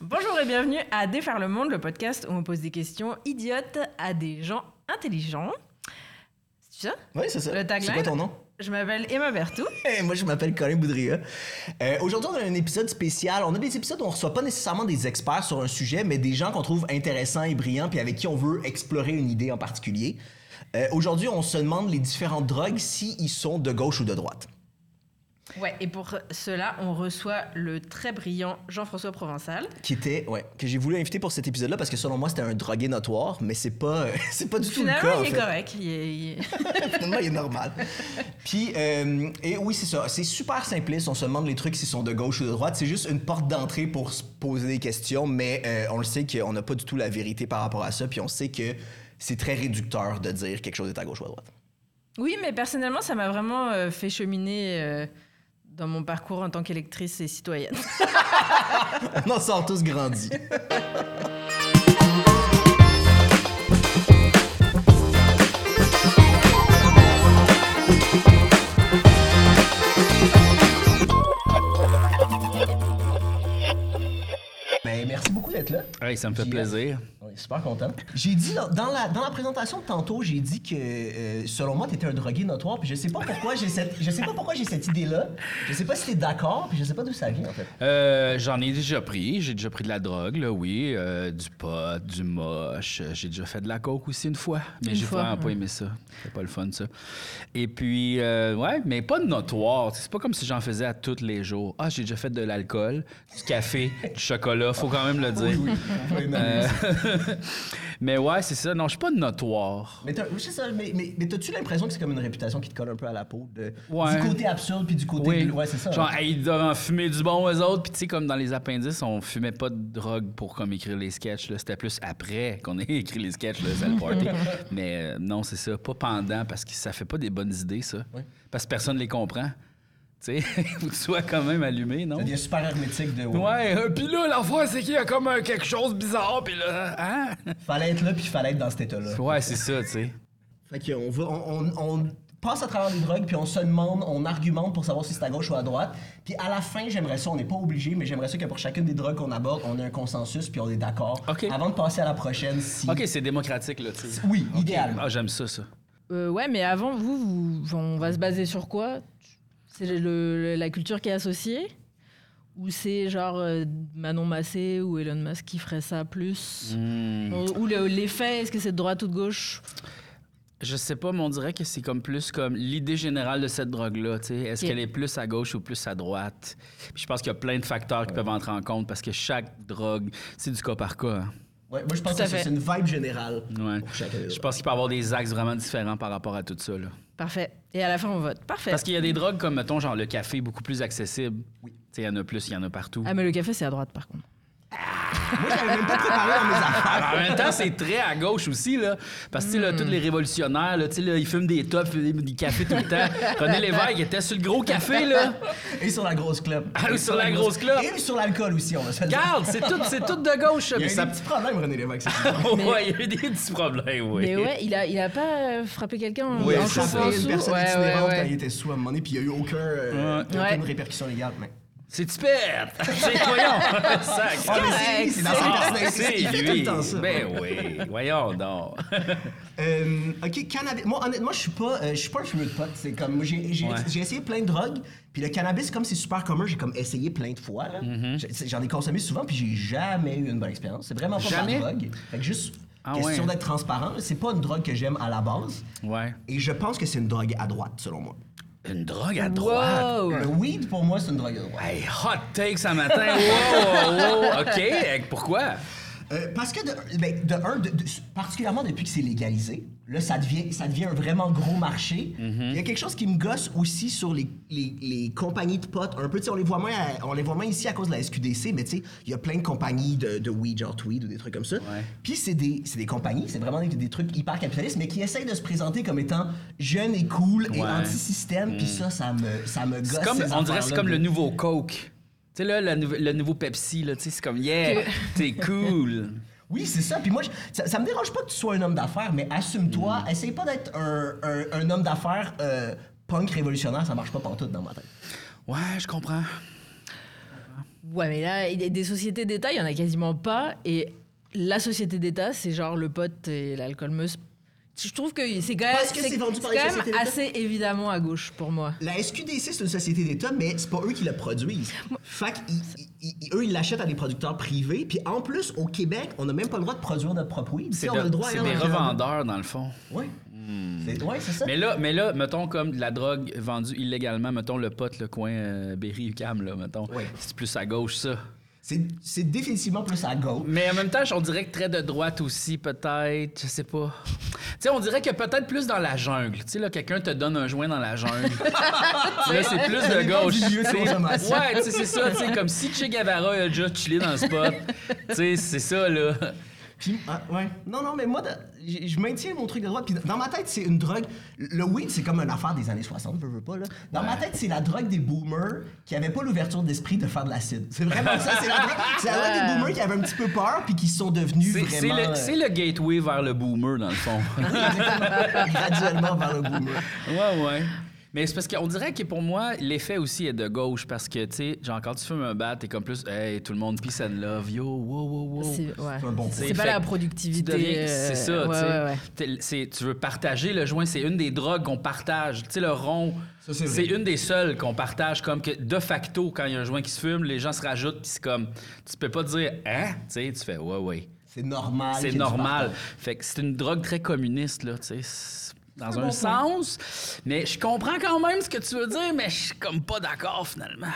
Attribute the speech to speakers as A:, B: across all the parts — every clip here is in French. A: Bonjour et bienvenue à Défaire le monde, le podcast où on pose des questions idiotes à des gens intelligents. C'est ça
B: Oui, c'est ça.
A: Le tagline.
B: C'est quoi ton nom?
A: Je m'appelle Emma Bertou.
B: Hey, moi, je m'appelle Colin Boudria. Euh, Aujourd'hui, on a un épisode spécial. On a des épisodes où on reçoit pas nécessairement des experts sur un sujet, mais des gens qu'on trouve intéressants et brillants, puis avec qui on veut explorer une idée en particulier. Euh, Aujourd'hui, on se demande les différentes drogues s'ils sont de gauche ou de droite.
A: Ouais, et pour cela, on reçoit le très brillant Jean-François Provençal.
B: Qui était, ouais, que j'ai voulu inviter pour cet épisode-là parce que selon moi, c'était un drogué notoire, mais c'est pas, c'est pas du tout le cas.
A: Finalement,
B: en
A: il est
B: fait.
A: correct. Il est- il est-
B: Finalement, il est normal. Puis, euh, et oui, c'est ça. C'est super simpliste. On se demande les trucs s'ils sont de gauche ou de droite. C'est juste une porte d'entrée pour se poser des questions, mais euh, on le sait qu'on n'a pas du tout la vérité par rapport à ça. Puis on sait que c'est très réducteur de dire quelque chose est à gauche ou à droite.
A: Oui, mais personnellement, ça m'a vraiment euh, fait cheminer euh, dans mon parcours en tant qu'électrice et citoyenne.
B: On en sort tous grandis. Mais Ben, merci beaucoup d'être là.
C: Hey, ça me fait
B: J'y vais.
C: plaisir.
B: On est super content. J'ai dit dans, dans la, dans la présentation de tantôt, j'ai dit que euh, selon moi, t'étais un drogué notoire. Puis je sais pas pourquoi j'ai cette, je sais pas pourquoi j'ai cette idée-là. Je sais pas si t'es d'accord. Puis je sais pas d'où ça vient en fait.
C: Euh, J'en ai déjà pris. J'ai déjà pris de la drogue, là, oui. euh, du pot, du moche. Euh, J'ai déjà fait de la coke aussi une fois. Mais
A: Une
C: j'ai
A: fois,
C: vraiment pas aimé ça. C'est pas le fun, ça. Et puis, euh, ouais, mais pas de notoire. C'est pas comme si j'en faisais à tous les jours. Ah, j'ai déjà fait de l'alcool, du café, du chocolat. Faut quand même le dire. Euh, mais ouais, c'est ça. Non, je suis pas de notoire.
B: Mais, t'as- oui, c'est ça, mais, mais, mais t'as-tu l'impression que c'est comme une réputation qui te colle un peu à la peau? de-
C: Ouais.
B: Du côté absurde, puis du côté...
C: Oui.
B: de- ouais, c'est ça.
C: Genre, hey, ils doivent en fumer du bon aux autres. Puis, tu sais, comme dans les appendices, on fumait pas de drogue pour comme écrire les sketchs. là. C'était plus après qu'on ait écrit les sketchs, là, c'est le party. Mais euh, non, c'est ça. Pas pendant, parce que ça fait pas des bonnes idées, ça.
B: Oui.
C: Parce que personne les comprend. Tu sais, faut que tu sois quand même allumé, non?
B: Ça devient super hermétique de...
C: Ouais, euh, puis là, l'enfant, c'est qu'il y a comme euh, quelque chose de bizarre, puis là, hein?
B: Fallait être là, puis fallait être dans cet état-là.
C: Ouais, c'est ça, tu sais.
B: Fait qu'on va... On, on- on passe à travers les drogues, puis on se demande, on argumente pour savoir si c'est à gauche ou à droite. Puis à la fin, j'aimerais ça, on n'est pas obligé, mais j'aimerais ça que pour chacune des drogues qu'on aborde, on ait un consensus, puis on est d'accord.
C: OK.
B: Avant de passer à la prochaine, si...
C: OK, c'est démocratique, là, tu sais.
B: Oui,
C: Ok.
B: idéalement.
C: Ah, j'aime ça, ça.
A: Euh, ouais, mais avant, vous, vous- on va se baser sur quoi C'est le- le- la culture qui est associée Ou c'est genre euh, Manon Massé ou Elon Musk qui ferait ça plus
C: Hmm.
A: Ou, ou le- l'effet, est-ce que c'est de droite ou de gauche
C: Je sais pas, mais on dirait que c'est comme plus comme l'idée générale de cette drogue-là. tu sais. Est-ce
A: Ok.
C: qu'elle est plus à gauche ou plus à droite? Puis je pense qu'il y a plein de facteurs qui peuvent entrer en compte parce que chaque drogue, c'est du cas par cas. hein.
B: Ouais, moi, je pense
A: Tout à
B: que ça,
A: fait.
B: c'est une vibe générale
C: Ouais.
B: pour euh, chacun des
C: Je
B: drogues.
C: pense qu'il peut y avoir des axes vraiment différents par rapport à tout ça. là.
A: Parfait. Et à la fin, on vote.
B: Ben,
A: Parfait.
C: Parce qu'il y a des drogues comme, mettons, genre le café, beaucoup plus accessible. Tu sais, Il y en a plus, il y en a partout.
A: Ah,
B: ben.
A: mais le café, c'est à droite, par contre.
B: Moi, j'avais même pas préparé dans mes affaires.
C: En même temps, c'est très à gauche aussi, là. Parce que, tu sais, là,
B: Hmm.
C: tous les révolutionnaires, là, tu sais, là, ils fument des tops, ils fument des cafés tout le temps. René Lévesque était sur le gros café, là.
B: Et sur la grosse clope.
C: Ah,
B: Et
C: ou sur la grosse clope.
B: Et sur l'alcool aussi, on va se le dire.
C: Regarde, c'est tout, c'est tout de gauche.
B: Il y
C: mais
B: a eu
C: ça-
B: des petits problèmes, René Lévesque. c'est sûr.
C: ouais, il y a eu des petits problèmes, oui.
A: Mais ouais, il a, il a pas euh, frappé quelqu'un en,
B: il
A: en
B: a
A: chauffant
B: frappé
A: sous.
B: une personne
A: Ouais, ouais,
B: itinérante
A: ouais.
B: quand il était sous à un moment donné, puis il n'y a eu aucun, euh,
C: Ouais.
B: aucune
A: Ouais.
B: répercussion légale. Mais...
C: C'est tu pètes! C'est voyons! Sac.
B: Ah, mais
A: correct,
B: c'est- c'est dans sa
C: Ah,
B: personnalité.
C: c'est
B: Il fait
C: lui.
B: tout le temps ça.
C: Ben oui, voyons donc.
B: Euh, ok, cannabis. Moi, honnêtement, je suis pas, euh, je suis pas un fumeur de pot. C'est comme, moi, j'ai, j'ai,
C: Ouais.
B: j'ai essayé plein de drogues, puis le cannabis, comme c'est super commun, j'ai comme essayé plein de fois. là.
C: Mm-hmm.
B: J'ai- c'est- J'en ai consommé souvent, puis j'ai jamais eu une bonne expérience. C'est vraiment pas
C: Jamais?
B: ma drogue. Fait que juste
C: Ah
B: question
C: ouais.
B: d'être transparent, c'est pas une drogue que j'aime à la base.
C: Ouais.
B: Et je pense que c'est une drogue à droite, selon moi.
C: Une drogue à droite.
A: Wow!
B: Le weed, pour moi, c'est une drogue à droite.
C: Hey, hot take ce matin. Wow, wow, wow. OK, euh, pourquoi?
B: Euh, parce que, de, ben, de un, de- de- particulièrement depuis que c'est légalisé, là, ça devient, ça devient un vraiment gros marché.
C: Mhm.
B: Il y a quelque chose qui me gosse aussi sur les, les- les compagnies de potes. Un peu, tu sais, on les voit moins, à- on les voit moins ici à cause de la SQDC, mais tu sais, il y a plein de compagnies de, de weed, genre Tweed ou des trucs comme ça. Puis c'est des, c'est des compagnies, c'est vraiment des, des trucs hyper capitalistes, mais qui essayent de se présenter comme étant jeunes et cool et
C: Ouais. Mm.
B: anti-système. Puis ça, ça me, ça me gosse.
C: C'est comme,
B: ces
C: on dirait que c'est
B: affaires-là
C: comme
B: de-
C: le nouveau Coke. Tu sais, là, le, nou- le nouveau Pepsi, là, tu sais, c'est comme, yeah, t'es cool.
B: Oui, c'est ça. Puis moi, je- ça, ça me dérange pas que tu sois un homme d'affaires, mais assume-toi. Essaye pas d'être un, un- un homme d'affaires euh, punk révolutionnaire. Ça marche pas pantoute dans ma tête.
C: Ouais, je comprends.
A: Ouais, mais là, il y a des sociétés d'État, il y en a quasiment pas. Et la société d'État, c'est genre le pote et l'alcool meuse. Je trouve que c'est quand même,
B: Parce que c'est vendu par les
A: quand
B: sociétés
A: même
B: d'État.
A: assez évidemment à gauche pour moi.
B: La SQDC, c'est une société d'État, mais c'est pas eux qui la produisent. Fait qu'ils- ils- ils- eux, ils l'achètent à des producteurs privés. Puis en plus, au Québec, on n'a même pas le droit de produire notre propre weed. Si
C: C'est
B: on a
C: de-
B: le droit
C: c'est
B: ailleurs
C: des
B: dans le Canada.
C: revendeurs, dans le fond.
B: Ouais. C'est ouais, c'est ça.
C: Mais là, mais là, mettons comme de la drogue vendue illégalement, mettons le pote, le coin euh, Berry-UQAM, là, mettons.
B: Ouais.
C: C'est plus à gauche, ça.
B: C'est c'est définitivement plus à gauche.
C: Mais en même temps, on dirait que très de droite aussi, peut-être. Je sais pas. Tu sais, on dirait que peut-être plus dans la jungle. Tu sais, là, quelqu'un te donne un joint dans la jungle. Tu sais, là, c'est plus
B: Ça
C: de
B: dépend
C: gauche.
B: du lieu de
C: tu sais.
B: consommation.
C: ouais, tu sais, c'est ça. Tu sais, comme si Che Guevara a déjà chillé dans le spot. tu sais, c'est ça, là.
B: Puis, ah, ouais. Non, non, mais moi, de- j- je maintiens mon truc de droite. Puis dans ma tête, c'est une drogue. Le weed, c'est comme une affaire des années 60, je veux pas, là. Dans ma tête, c'est la drogue des boomers qui avaient pas l'ouverture d'esprit de faire de l'acide. C'est vraiment ça. C'est la drogue, c'est la drogue des boomers qui avaient un petit peu peur puis qui se sont devenus
C: C'est- C'est
B: vraiment.
C: le,
B: euh,
C: c'est le gateway vers le boomer, dans le fond.
B: euh, graduellement vers le boomer.
C: Ouais, ouais. Mais c'est parce qu'on dirait que pour moi, l'effet aussi est de gauche parce que, tu sais, genre, quand tu fumes un bat, t'es comme plus, hey, tout le monde, peace and love, yo, wow, wow, wow.
A: C'est ouais.
B: un bon
A: C'est
C: point.
A: pas
C: Fait
A: la
C: que Tu
A: productivité.
C: deviens-
A: euh,
C: C'est ça,
A: ouais,
C: tu sais.
A: ouais, ouais.
C: T'es- c'est- Tu veux partager le joint, c'est une des drogues qu'on partage. Tu sais, le rond,
B: Ça, c'est vrai.
C: c'est une des seules qu'on partage. Comme que de facto, quand il y a un joint qui se fume, les gens se rajoutent, puis c'est comme, tu peux pas dire, hein? Tu sais, tu fais, ouais, ouais.
B: C'est normal.
C: C'est
B: qu'il Ah, y ait du
C: normal.
B: partage.
C: Fait que c'est une drogue très communiste, là, tu sais. c'est- Dans un sens. Mais je comprends quand même ce que tu veux dire, mais je suis comme pas d'accord finalement.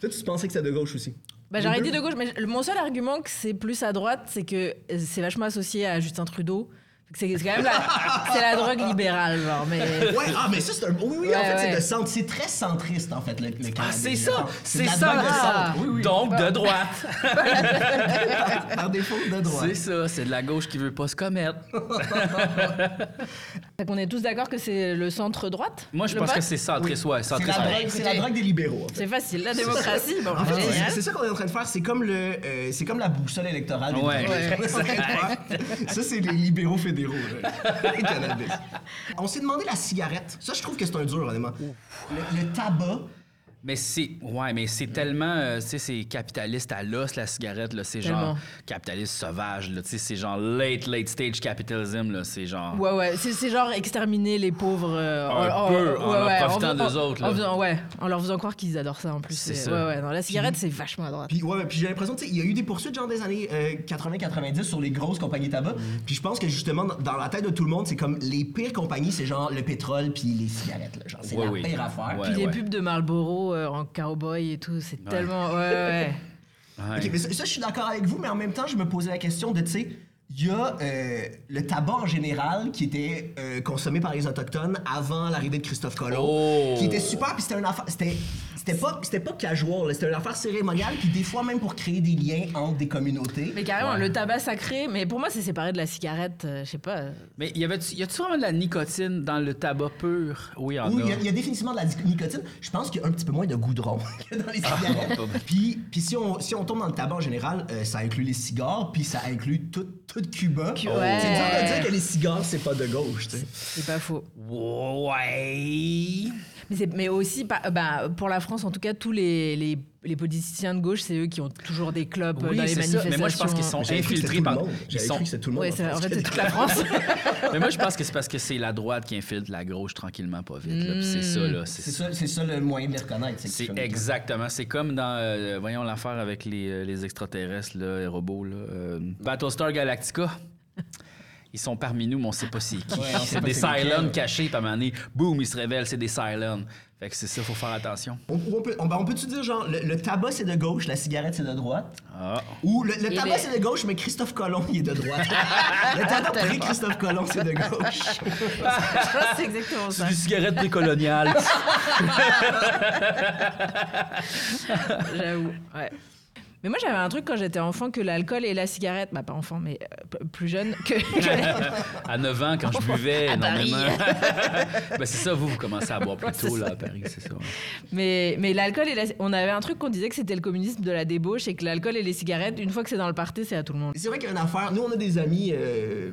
B: Toi, tu pensais que c'était de gauche aussi.
A: Bah, j'aurais dit de gauche, mais le- mon seul argument que c'est plus à droite, c'est que euh, c'est vachement associé à Justin Trudeau. Fait que C'est c'est quand même la, c'est la drogue libérale, genre. Mais
B: Ouais, ah, mais ça, c'est un. Oui, oui,
A: Ouais,
B: en fait,
A: ouais.
B: c'est de centre. C'est très centriste, en fait, le, le
C: Ah,
B: Canada.
C: c'est ça! C'est
B: de la
C: ça!
B: drogue de
A: Ah.
B: centre. Oui, Ah. oui.
C: Donc de droite!
B: Par défaut, de droite.
C: C'est ça, c'est de la gauche qui veut pas se commettre.
A: Fait qu'on est tous d'accord que c'est le centre droite.
C: Moi, je
A: le
C: pense
A: vote
C: que c'est centriste, ouais,
B: C'est
C: centriste.
B: la,
C: ouais.
B: drogue, c'est la drogue des libéraux. en fait.
A: C'est facile, la démocratie. Bon,
B: En fait, c'est-
C: hein?
A: génial.
B: c'est ça qu'on est en train de faire. C'est comme le, euh, c'est comme la boussole électorale. des
C: Ouais.
B: libéraux.
C: Ouais.
B: C'est ce qu'on est en train de faire. hein. ça, c'est les libéraux fédéraux là, les Canadiens. On s'est demandé la cigarette. Ça, je trouve que c'est un dur, honnêtement. Le, le tabac.
C: Mais c'est ouais, mais
B: Mm.
C: c'est tellement euh, tu sais c'est capitaliste à l'os la cigarette là, c'est
A: Tellement.
C: genre capitaliste sauvage là, tu sais c'est genre late late stage capitalism là, c'est genre
A: Ouais, ouais, c'est, c'est genre exterminer les pauvres. euh,
C: Ah, Un peu, en leur profitant
A: faisant-
C: des autres,
A: en
C: là.
A: faisant- ouais, en leur faisant croire qu'ils adorent ça en plus.
C: C'est
A: C'est- Ouais,
C: ça.
A: ouais, non, la cigarette, c'est vachement à droite.
B: Puis ouais, puis j'ai l'impression, tu sais, il y a eu des poursuites genre des années 80-90 sur les grosses compagnies de
C: Mm.
B: tabac. Puis je pense que justement, dans- dans la tête de tout le monde, c'est comme les pires compagnies, c'est genre le pétrole puis les cigarettes. là. Genre, c'est
C: Ouais,
B: la
C: oui.
B: pire affaire.
C: ah Ouais.
A: Puis les pubs de Marlboro euh, en cowboy et tout, c'est tellement. Ouais, ouais.
C: Ouais.
B: Ok, mais ça, ça, je suis d'accord avec vous, mais en même temps, je me posais la question de, tu sais, il y a euh, le tabac en général qui était euh, consommé par les Autochtones avant l'arrivée de Christophe Colomb,
C: Oh.
B: qui était super, puis c'était une affaire... C'était, c'était, pas, c'était pas casual, là, c'était une affaire cérémoniale, puis des fois même pour créer des liens entre des communautés.
A: Mais carrément, le tabac sacré, mais pour moi, c'est séparé de la cigarette, euh, je sais pas.
C: Mais y avait y a-tu vraiment de la nicotine dans le tabac pur Oui, il y en
B: Oui, il y a-
C: a.
B: il y, a définitivement de la di- nicotine. Je pense qu'il y a un petit peu moins de goudron que dans les cigarettes.
C: bon, bon.
B: puis puis si, on, si on tombe dans le tabac en général, euh, ça inclut les cigares, puis ça inclut tout, tout Cuba.
A: Oh. ouais.
B: C'est dur de dire que les cigares, c'est pas de gauche, tu sais.
A: C'est pas faux.
C: Ouais.
A: Mais, c'est- mais aussi, pas- bah, pour la France, en tout cas, tous les, les, les politiciens de gauche, c'est eux qui ont toujours des clubs euh,
C: Oui,
A: dans les
C: c'est ça.
A: manifestations.
C: Mais moi, je pense qu'ils sont
B: J'avais cru que c'était
C: infiltrés
B: tout le
C: par.
B: monde.
C: Ils
B: J'avais
C: sont-
B: cru que c'était tout le monde.
A: Ouais, c'est-
B: en
A: en
B: France.
A: fait, c'est toute la France.
C: Mais moi, je pense que c'est parce que c'est la droite qui infiltre la gauche tranquillement, pas vite. là. Puis c'est ça, là.
B: C'est
C: C'est
B: ça, c'est ça le moyen de les reconnaître. c'est que
C: c'est
B: tu fais-
C: exactement. C'est comme dans, euh, voyons, l'affaire avec les, euh, les extraterrestres, là, les robots. Là, euh, Battlestar Galactica. Ils sont parmi nous, mais on sait pas c'est qui.
B: Ouais, on sait
C: c'est
B: pas
C: des
B: c'est lesquels.
C: Cylons cachés, puis à un moment donné, boum, ils se révèlent, c'est des Cylons. Fait que c'est ça, faut faire attention.
B: On, on peut, on, ben, on peut-tu dire, genre, le, le tabac, c'est de gauche, la cigarette, c'est de droite?
C: Ah.
B: Ou le, le
A: Et
B: tabac,
A: ben-
B: c'est de gauche, mais Christophe Colomb, il est de droite? le tabac pré-Christophe Colomb, c'est de gauche.
A: c'est exactement ça.
C: C'est du cigarette précoloniale.
A: J'avoue, ouais. Mais moi, j'avais un truc quand j'étais enfant que l'alcool et la cigarette, bah pas enfant, mais euh, p- plus jeune, que, que-
C: à 9 ans, quand je buvais
A: À
C: énormément. ben, c'est ça, vous, vous commencez à boire plus tôt là, à Paris, c'est ça.
A: mais, mais l'alcool et la... On avait un truc qu'on disait que c'était le communisme de la débauche et que l'alcool et les cigarettes, une fois que c'est dans le party, c'est à tout le monde.
B: C'est vrai qu'il y a une affaire. Nous, on a des amis. euh,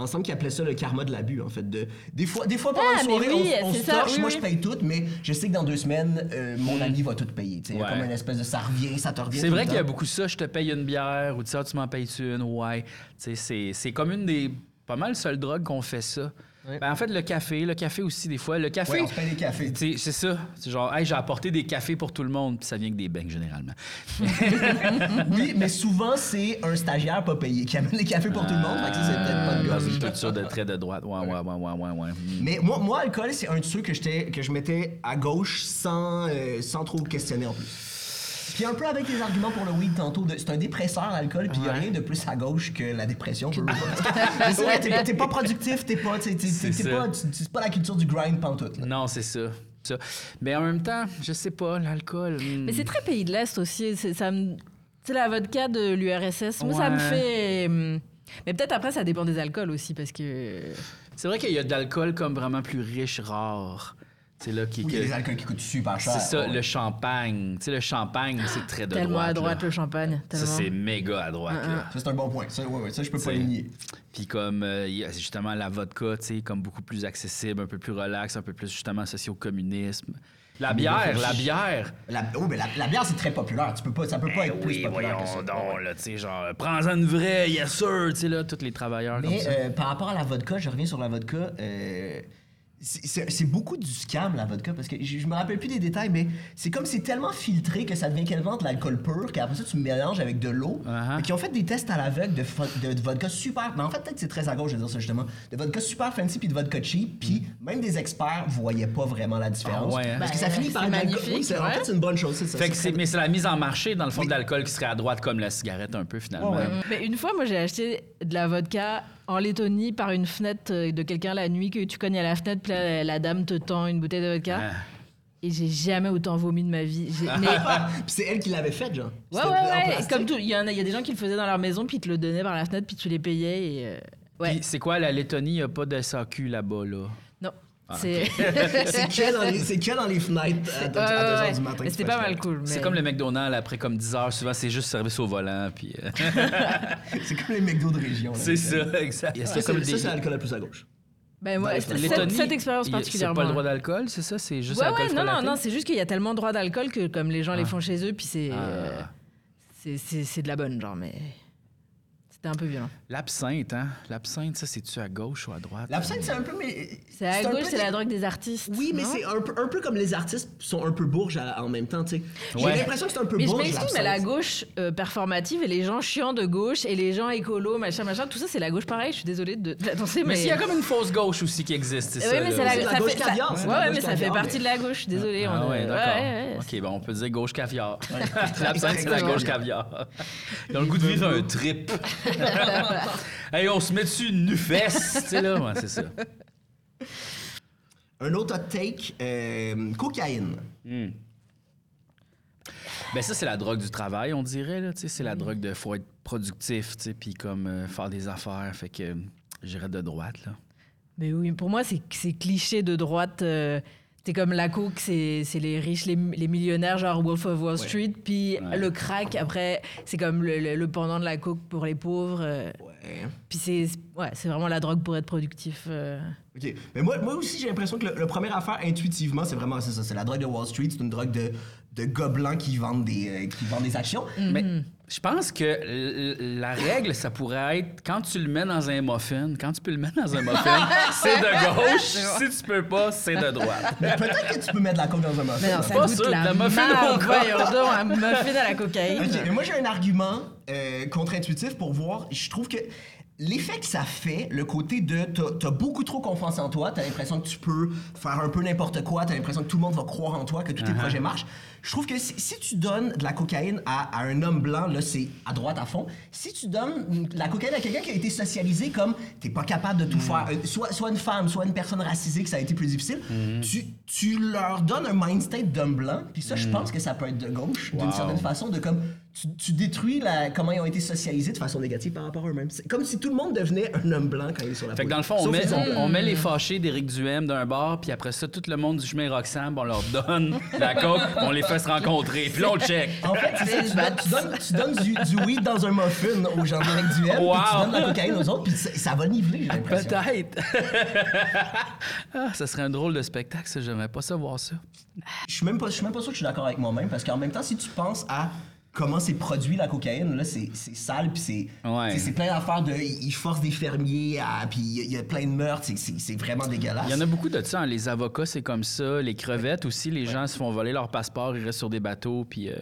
B: Ensemble, qui appelait ça le karma de l'abus, en fait. De, des fois, des fois pendant
A: Ah,
B: une
A: mais
B: soirée,
A: oui,
B: on, on
A: c'est
B: se
A: ça,
B: torche,
A: oui,
B: moi
A: oui.
B: je paye tout, mais je sais que dans deux semaines, euh, mon ami va tout payer. tu sais. Il y a
C: Ouais.
B: comme une espèce de ça revient, ça te revient.
C: C'est
B: tout
C: vrai
B: le
C: qu'il y a
B: temps.
C: beaucoup ça. Je te paye une bière ou tu sais, tu m'en payes une. Ouais. Tu sais, c'est- c'est comme une des pas mal seules drogues qu'on fait ça. Ben, en fait, le café, le café aussi, des fois. Le café.
B: Ouais, on se paye des cafés.
C: Tu sais, C'est ça. C'est genre, hey, j'ai apporté des cafés pour tout le monde. Puis ça vient que des beignes, généralement.
B: Oui, mais souvent, c'est un stagiaire pas payé qui amène les cafés pour tout le monde. fait que ça, c'est peut-être pas de
C: Dans
B: gosse.
C: Euh, une culture de trait de droite. Ouais, ouais, ouais, ouais, ouais. ouais. Mm.
B: Mais moi, moi alcool, c'est un de ceux que, j'étais- que je mettais à gauche sans, euh, sans trop questionner en plus. Puis un peu avec des arguments pour le weed tantôt, de- c'est un dépresseur l'alcool, puis il y a rien de plus à gauche que la dépression. je veux pas. Mais c'est vrai, t'es t'es pas productif, t'es pas, t'es- t'es- t'es-
C: C'est
B: t'es
C: ça.
B: pas, tu- tu- c'est pas la culture du grind pantoute. là.
C: Non, c'est ça. ça. Mais en même temps, je sais pas, l'alcool. mm.
A: Mais c'est très pays de l'Est aussi. C'est ça me- tu sais, la vodka de l'URSS, moi, ça me
C: Ouais.
A: fait. hum, Mais peut-être après, ça dépend des alcools aussi, parce que.
C: C'est vrai qu'il y a de l'alcool comme vraiment plus riche, rare. C'est là qui.
B: Ou il y a
C: que-
B: des alcools qui coûtent super cher.
C: C'est ça,
B: Ouais.
C: le champagne. Tu sais, le champagne, c'est très de
A: tellement
C: droite.
A: à droite
C: là.
A: le champagne.
C: Ça,
A: Tellement.
C: c'est méga à droite.
A: Ah,
C: là.
B: Ça, c'est un bon point. Ça, ouais, ouais, ça je peux pas
C: C'est-
B: le nier.
C: Puis comme euh, il y a justement la vodka, tu sais, comme beaucoup plus accessible, un peu plus relax, un peu plus justement associé au communisme. La bière, la bière.
B: La, oh, mais la, la bière, c'est très populaire. Tu peux pas, ça peut pas
C: Eh
B: être plus
C: oui,
B: populaire que ça.
C: voyons donc, là, tu sais, genre, prends-en une vraie, yes sir, tu sais, là, tous les travailleurs comme
B: Mais
C: ça.
B: euh, par rapport à la vodka, je reviens sur la vodka. euh, c'est- c'est c'est beaucoup du scam, la vodka, parce que je, je me rappelle plus des détails, mais c'est comme c'est tellement filtré que ça devient tellement de l'alcool pur qu'après ça, tu mélanges avec de l'eau.
C: Uh-huh.
B: Et qui ont fait des tests à l'aveugle de, fo- de, de vodka super. Mais en fait, peut-être que c'est très à gauche de dire ça justement. De vodka super fancy puis de vodka cheap, puis même des experts voyaient pas vraiment la différence.
C: Mm. Ah ouais, hein?
B: Parce que ça
A: Ben,
B: finit par
A: c'est
B: être de l'alcool.
A: magnifique,
B: Oui, c'est- En
A: ouais.
B: fait, c'est une bonne chose. c'est ça.
C: Fait que c'est, mais c'est la mise en marché, dans le fond,
B: Oui.
C: de l'alcool qui serait à droite comme la cigarette un peu, finalement.
B: Ouais,
A: Mais une fois, moi, j'ai acheté de la vodka en Lettonie par une fenêtre euh, de quelqu'un la nuit que tu cognes à la fenêtre, puis la, la dame te tend une bouteille de vodka.
C: Ah.
A: Et j'ai jamais autant vomi de ma vie. J'ai- mais-
B: Puis c'est elle qui l'avait fait, genre.
A: ouais, ouais,
B: C'était en
A: ouais.
B: plastique.
A: Comme tout, il y, en a, il y a des gens qui le faisaient dans leur maison, puis ils te le donnaient par la fenêtre, puis tu les payais. Et, euh, ouais.
C: Puis c'est quoi, la Lettonie, il n'y a pas de SAQ là-bas, là?
A: Non. c'est.
B: Ah, C'est que dans les, c'est que dans les fenêtres à 2
A: Ouais, ouais,
B: h
A: ouais.
B: du matin.
A: Mais
B: que
A: C'était
B: tu
A: pas
B: fais
A: mal
B: ça.
A: cool.
C: C'est
A: mais-
C: comme le McDonald's, après comme 10 heures, souvent, c'est juste service au volant, puis... euh,
B: C'est comme les McDo de région. là.
C: c'est ça, exact. Est-ce
B: Ça,
C: qu'il y a
B: c'est
C: comme
B: ça,
C: des-
B: c'est l'alcool le plus à gauche.
A: Ben, moi,
B: Dans Bah, les
A: cette,
B: fenêtres.
A: cette-
C: Lettonie,
A: cette expérience
C: il-
A: particulièrement.
C: C'est pas le droit d'alcool, c'est ça? C'est juste
A: Ouais,
C: l'alcool
A: ouais, non, non,
C: frelaté?
A: non, c'est juste qu'il y a tellement de droits d'alcool que comme les gens les font chez eux, puis c'est. euh,
C: Ah.
A: c'est- c'est c'est de la bonne, genre, mais. C'était un peu violent.
C: L'absinthe, hein? L'absinthe, ça, c'est-tu à gauche ou à droite?
B: L'absinthe, c'est un peu. Mais...
A: C'est à
B: un
A: gauche,
B: peu
A: c'est la
B: des-
A: drogue des artistes.
B: Oui, mais
A: non
B: c'est un peu, un peu comme les artistes sont un peu bourges à- en même temps, tu sais. J'ai
C: Ouais.
B: l'impression que c'est un peu
A: Mais je
B: bourge.
A: m'excuse, mais la
B: l'absinthe.
A: gauche euh, performative et les gens chiants de gauche et les gens écolos, machin, machin, tout ça, c'est la gauche pareil. Je suis désolée de, de la danser, mais.
C: Mais s'il y a comme une fausse gauche aussi qui existe, c'est
A: Oui,
C: ça?
A: mais
C: là,
A: c'est la,
C: aussi.
B: la
A: ça
B: gauche
A: fait, ça-
B: caviar, c'est
A: Ouais,
B: la
A: ouais,
B: gauche
A: mais ça fait
B: caviar,
A: partie
B: mais-
A: de la gauche. Désolée.
C: Ah
A: on a-
C: ouais, d'accord.
A: ouais, ouais,
C: OK, bon, on peut dire gauche caviar. L'absinthe, c'est la
B: Exactement.
C: gauche caviar. Ils ont le goût de vivre un trip. hey, on se met dessus une nufesse, tu sais, là. Ouais, c'est ça.
B: Un autre hot take euh, cocaïne.
C: Ben ça, c'est la drogue du travail, on dirait, là. Tu sais, c'est la drogue de faut être productif, tu sais, puis comme euh, faire des affaires. Fait que euh, j'irais de droite, là.
A: Mais oui, pour moi, c'est c'est cliché de droite. euh, c'est comme la coke, c'est c'est les riches, les, les millionnaires, genre Wolf of Wall Street. Puis
C: Ouais.
A: le crack, après, c'est comme le, le- le pendant de la coke pour les pauvres. euh,
B: Ouais.
A: puis c'est ouais, c'est vraiment la drogue pour être productif. euh.
B: OK. Mais moi, moi aussi, j'ai l'impression que le, la première affaire, intuitivement, c'est vraiment c'est ça. C'est la drogue de Wall Street. C'est une drogue de, de gobelins qui vendent des, euh, qui vendent des actions.
C: Mais je pense que l- l- la règle, ça pourrait être quand tu le mets dans un muffin, quand tu peux le mettre dans un muffin, c'est de gauche. si tu peux pas, c'est de droite.
B: Mais peut-être que tu peux mettre de la coke dans un muffin.
A: Mais non,
B: là.
A: ça
C: pas
A: goûte
C: sûr,
A: la,
C: la muffin au
A: marde,
C: coke.
A: voyons donc, un muffin à la cocaïne.
B: Ok, mais moi j'ai un argument euh, contre-intuitif pour voir. Je trouve que l'effet que ça fait, le côté de t'as- t'as beaucoup trop confiance en toi, t'as l'impression que tu peux faire un peu n'importe quoi, t'as l'impression que tout le monde va croire en toi, que tous tes projets marchent. Je trouve que si, si tu donnes de la cocaïne à, à un homme blanc, là c'est à droite à fond. Si tu donnes de la cocaïne à quelqu'un qui a été socialisé comme t'es pas capable de
C: Mm.
B: tout faire, euh, soit, soit une femme, soit une personne racisée que ça a été plus difficile,
C: Mm.
B: tu, tu leur donnes un mindset d'homme blanc, puis ça je pense que ça peut être de gauche d'une
C: Mm. Wow.
B: certaine façon façon de comme tu, tu détruis la, comment ils ont été socialisés de façon négative par rapport à eux-mêmes. C'est comme si tout le monde devenait un homme blanc quand il est sur la
C: Fait que Mm.
B: peau.
C: dans le fond, on
B: Sauf Mm.
C: met,
B: les hommes.
C: on, on met les fâchés d'Éric Duhem d'un bar, puis après ça, tout le monde du chemin Roxham, on leur donne la coke, on les fait se rencontrer, puis là, on le check.
B: En fait, c'est ça, tu donnes, tu donnes- tu donnes du, du weed dans un muffin aux gens d'Éric Duhem, puis tu
C: Wow.
B: donnes de la cocaïne aux autres, puis ça, ça va niveler, j'ai l'impression.
C: Peut-être. ah, ça serait un drôle de spectacle, ça. J'aimerais pas ça voir ça.
B: Je suis même pas, je suis même pas sûr que je suis d'accord avec moi-même parce qu'en même temps, si tu penses à comment c'est produit la cocaïne, là, c'est c'est sale puis c'est
C: Ouais.
B: c'est- c'est plein d'affaires de, ils forcent des fermiers à, puis il y a- il y, a plein de meurtres, c'est- c'est c'est vraiment dégueulasse.
C: Il y en a beaucoup de ça. hein. Les avocats, c'est comme ça. Les crevettes aussi, les gens se font voler leur passeport, ils restent sur des bateaux, puis euh,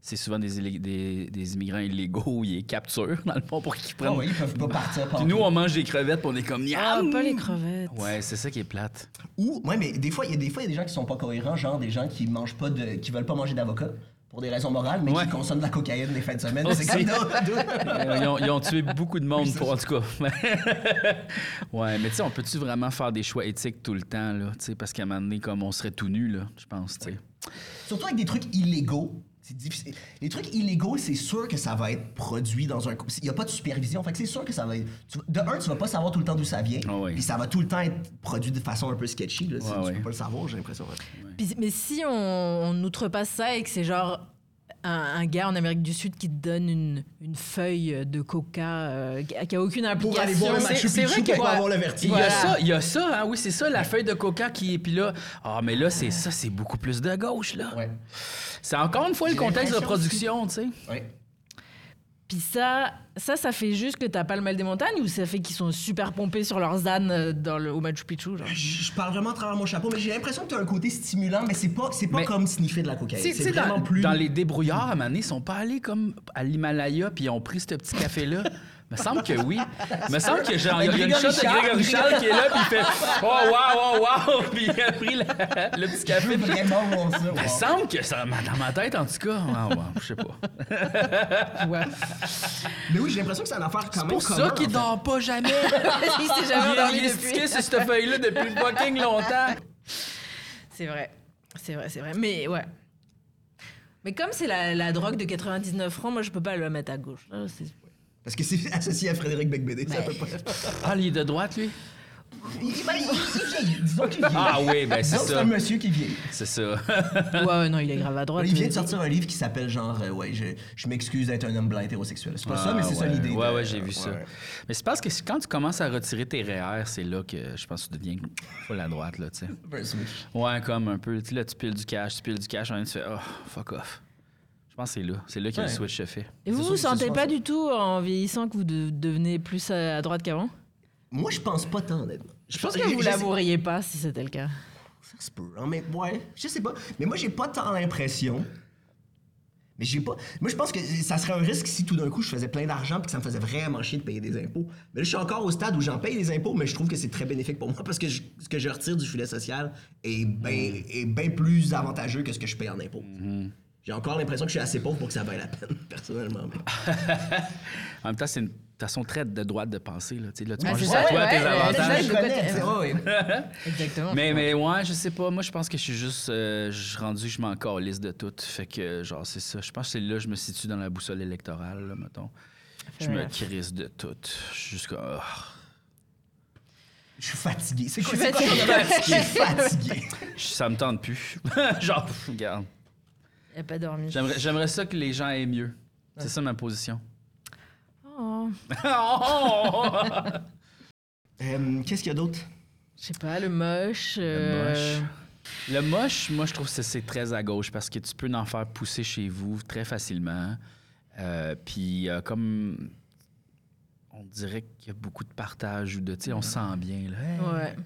C: c'est souvent des, illég- des, des immigrants illégaux, ils les capturent, dans le fond, pour qu'ils
B: Ah
C: prennent. Bah,
B: oui, ils peuvent pas partir.
C: Puis
B: partout.
C: nous, on mange des crevettes, puis on est comme
A: Ah,
C: Niam!
A: pas les crevettes.
C: Ouais, c'est ça qui est plate.
B: Ou ouais, mais des fois, il y a des fois, il y a des gens qui sont pas cohérents, genre des gens qui mangent pas de, qui veulent pas manger d'avocat pour des raisons morales, mais
C: Ouais.
B: qui consomment de la cocaïne les fins de semaine.
C: Aussi.
B: C'est comme non,
C: Euh, ils, ont, ils ont tué beaucoup de monde pour en tout cas. ouais, mais tu sais, on peut-tu vraiment faire des choix éthiques tout le temps, là? Tu sais, parce qu'à un moment donné, comme on serait tout nu, là, je pense, tu sais.
B: Surtout avec des trucs illégaux. C'est difficile. Les trucs illégaux, c'est sûr que ça va être produit dans un. co- Il n'y a pas de supervision. Fait que c'est sûr que ça va être. tu- de un, tu vas pas savoir tout le temps d'où ça vient.
C: Ah oui.
B: Puis ça va tout le temps être produit de façon un peu sketchy. Là, C'est-
C: Ouais,
B: tu
C: ouais.
B: peux pas le savoir, j'ai l'impression. ouais.
A: Puis- mais si on, on outrepasse ça et que c'est genre un, un gars en Amérique du Sud qui te donne une, une feuille de coca euh, qui a- qui a aucune application.
B: Pour aller voir le Machu
A: C'est- c'est vrai
B: Picchu
A: que-
B: pour
A: ouais.
B: avoir le
C: Il
B: vertige.
C: y a
A: Voilà.
C: ça, il y a ça, hein, oui, c'est ça, la feuille de coca qui est. Puis là, ah, mais là, c'est ça, c'est beaucoup plus de gauche, là.
B: Ouais.
C: C'est encore une fois le
B: J'ai
C: contexte de
B: l'impression Ben,
C: production, tu sais.
B: Ouais.
A: Puis ça, ça, ça fait juste que t'as pas le mal des montagnes ou ça fait qu'ils sont super pompés sur leurs ânes euh, dans le, au Machu Picchu genre?
B: Je je parle vraiment à travers mon chapeau, mais j'ai l'impression que tu as un côté stimulant, mais c'est pas, c'est pas
C: Mais-
B: comme sniffer de la cocaïne.
C: Tu sais, tu sais,
B: C'est vraiment
C: dans,
B: plus.
C: dans les débrouillards, à un moment donné, ils sont pas allés comme à l'Himalaya puis ils ont pris ce petit café-là. me semble que oui. me semble que genre, il y a une
B: Grégory
C: shot de
B: Charles.
C: Grégory Charles qui est là puis il fait « Oh, wow, wow, wow! » Puis il a pris la- le petit
B: Je veux
C: café.
B: vraiment voir ça.
C: Il me
B: wow.
C: semble que ça, dans ma tête, en tout cas, ah, ouais, je sais pas.
A: Ouais.
B: Mais oui, j'ai l'impression que c'est une affaire quand
C: C'est
B: même.
C: pour ça
B: commun,
C: qu'il
B: en fait.
C: dort pas jamais.
A: Il s'est
C: Il
A: jamais
C: est-
A: endormi
C: il est
A: depuis.
C: stické sur cette feuille-là depuis fucking longtemps.
A: C'est vrai, c'est vrai, c'est vrai. Mais ouais. Mais comme c'est la, la drogue de 99 francs, moi je peux pas le mettre à gauche. Là, c'est-
B: Parce que c'est associé à Frédéric Becbédé.
A: Ben,
B: ça peut pas-
C: Ah, il est de droite, lui?
B: Il, il- ben, il- il vieillit. Disons qu'il vieillit.
C: Ah oui, ben c'est
B: Disons que c'est
C: ça.
B: un monsieur qui vieillit.
C: C'est ça.
A: Ouais, ouais, non, il est grave à droite.
B: Il vient de sortir un livre qui s'appelle genre euh, ouais je, je m'excuse d'être un homme blanc hétérosexuel. C'est pas ça mais c'est ça
C: Ah ouais.
B: l'idée.
C: Ouais,
B: de-
C: ouais, j'ai vu ça.
B: ouais.
C: Mais c'est parce que c'est- quand tu commences à retirer tes REER, c'est là que je pense que tu deviens full à droite, là, tu sais.
B: Bird Smith.
C: Ouais, comme un peu. Tu sais, là, tu piles du cash, tu piles du cash, en même temps, tu fais, oh, fuck off. Je pense que c'est là. C'est là que le
B: Ouais.
C: switch se fait.
A: Et vous vous
B: C'est sûr que c'est
A: sentez
B: souvent
A: pas
B: ça.
A: du tout en vieillissant que vous de- devenez plus à, à droite qu'avant
B: Moi je pense pas tant honnêtement.
A: Je pense que vous
B: sais-
A: l'avoueriez pas si c'était le cas.
B: Ça se peut, hein, mais ouais, je sais pas. Mais moi j'ai pas tant l'impression. Mais j'ai pas. Moi je pense que ça serait un risque si tout d'un coup je faisais plein d'argent puis que ça me faisait vraiment chier de payer des impôts. Mais là je suis encore au stade où j'en paye des impôts mais je trouve que c'est très bénéfique pour moi parce que je- ce que je retire du filet social est bien est bien plus avantageux que ce que je paye en impôts.
C: Mm-hmm.
B: J'ai encore l'impression que je suis assez pauvre pour que ça vaille la peine personnellement. mais-
C: Ah, En même temps, c'est une façon très de droite de penser, là. Tu sais, là, tu
A: Ouais,
C: penses
A: c'est
C: juste à
A: ça,
C: toi,
A: ouais,
C: tes
A: ouais,
B: C'est Ben, ça, Ben,
A: avantages.
C: avantages.
B: je connais, tu sais, ouais, ouais.
A: Exactement.
C: Mais, mais ouais, je sais pas. Moi, je pense que je suis juste euh, je suis rendu, je m'en calisse de tout. Fait que, genre, c'est ça. Je pense que c'est là que je me situe dans la boussole électorale, là, mettons. Je me
A: Fair.
C: crisse de tout. Je suis juste comme, ah.
B: Je suis fatigué. C'est quoi,
A: suis
B: c'est quoi
A: fatigué.
B: ton problème? Je suis fatigué.
C: Ça me tente plus. Genre, pff, regarde.
A: Il a pas dormi.
C: J'aimerais, j'aimerais ça que les gens aient mieux. C'est ça ma position.
A: Oh,
B: Euh, Qu'est-ce qu'il y a d'autre?
A: je sais pas, le moche. euh,
C: moche. Le moche, moi, je trouve que c'est très à gauche parce que tu peux en faire pousser chez vous très facilement. Euh, Puis, euh, comme on dirait qu'il y a beaucoup de partage ou de, tu sais, on se sent bien. Là. Hey.
A: Ouais.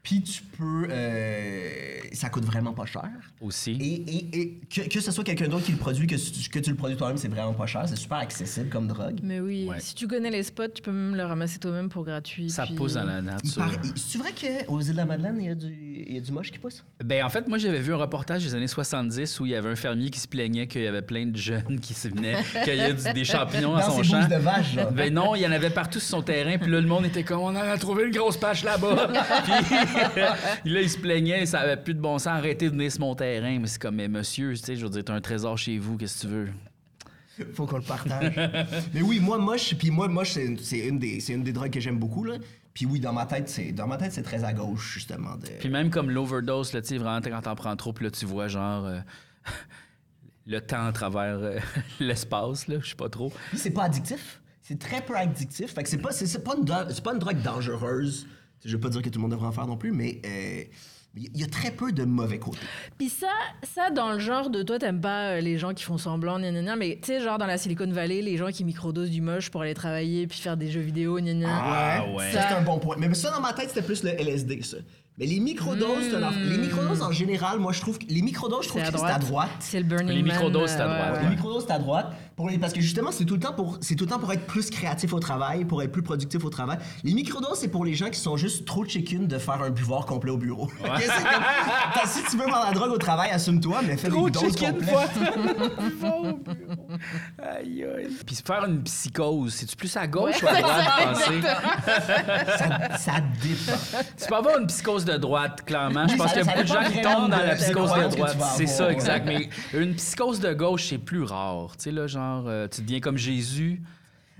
B: Puis tu peux. euh, ça coûte vraiment pas cher. Et,
C: Aussi.
B: et- et que, que ce soit quelqu'un d'autre qui le produit, que, tu- que tu le produis toi-même, c'est vraiment pas cher. C'est super accessible comme drogue.
A: Mais oui,
C: Ouais.
A: si tu connais les spots, tu peux même le ramasser toi-même pour gratuit.
C: Ça
A: puis- euh,
C: pousse dans la
B: Il
C: nature.
B: paraît- C'est vrai qu'aux îles de la Madeleine, il y, a du, il y a du moche qui pousse?
C: Ben, en fait, moi, j'avais vu un reportage des années 70 où il y avait un fermier qui se plaignait qu'il y avait plein de jeunes qui se venaient cueillir du- des champignons à
B: Dans
C: son
B: ses
C: champ.
B: bouches de vache, là.
C: Ben non, il y en avait partout sur son terrain, puis là, le monde était comme, on en a trouvé une grosse patch là-bas. puis là, il se plaignait, ça avait plus de bon sens, arrêtez de venir sur mon terrain. Mais c'est comme, mais monsieur, tu sais, je veux dire, t'as un trésor chez vous, qu'est-ce que tu veux?
B: Faut qu'on le partage. Mais oui, moi moche, puis moi moche, c'est une, c'est une des, c'est une des drogues que j'aime beaucoup là. Puis oui, dans ma tête, c'est dans ma tête, c'est très à gauche justement. De...
C: Puis même comme l'overdose, là, tu sais, vraiment, quand t'en prends trop, puis là, tu vois, genre, euh, le temps à travers euh, l'espace, là, je sais pas trop.
B: Puis c'est pas addictif. C'est très peu addictif. Fait que c'est pas, c'est, c'est pas, une, dro- c'est pas une drogue dangereuse. Je veux pas dire que tout le monde devrait en faire non plus, mais euh, il y a très peu de mauvais côtés.
A: Puis ça, ça, dans le genre de toi, t'aimes pas euh, les gens qui font semblant, gna gna gna, mais tu sais, genre dans la Silicon Valley, les gens qui microdosent du moche pour aller travailler puis faire des jeux vidéo, gna gna.
C: Ah ouais.
B: Ça, c'est un bon point. Mais ça, dans ma tête, c'était plus le LSD, ça. Mais les microdoses, c'est un aff- les microdoses en général, moi, je trouve que les microdoses, je trouve
A: Hmm. C'est
B: que
A: à
B: c'est
A: droite.
B: à droite.
A: C'est le Burning
C: Les
A: Man,
C: microdoses, c'est à
A: euh, ouais,
C: droite.
A: ouais.
B: Les microdoses, c'est à droite. Pour les- parce que justement, c'est tout, le temps pour, c'est tout le temps pour être plus créatif au travail, pour être plus productif au travail. Les microdoses, c'est pour les gens qui sont juste trop chicken de faire un buvard complet au bureau. Ok, c'est comme, t'as- si tu veux prendre la drogue au travail, assume-toi, mais fais
C: Trop
B: une dose
C: chicken,
B: complète.
C: fois. Aïe, aïe. Puis se faire une psychose, c'est-tu plus à gauche ou à droite, penser?
B: Ça, ça dépend.
C: Tu peux avoir une psychose de droite, clairement. Je
B: Oui,
C: pense
B: ça-
C: qu'il y a
B: ça
C: beaucoup de gens
B: dépend
C: qui
B: vraiment
C: tombent dans
B: de
C: la
B: la
C: psychose de
B: croyance que tu
C: droite.
B: vas
C: C'est ça,
B: avoir,
C: exact. Mais une psychose de gauche, c'est plus rare. Tu sais, là, genre, euh, tu deviens comme Jésus.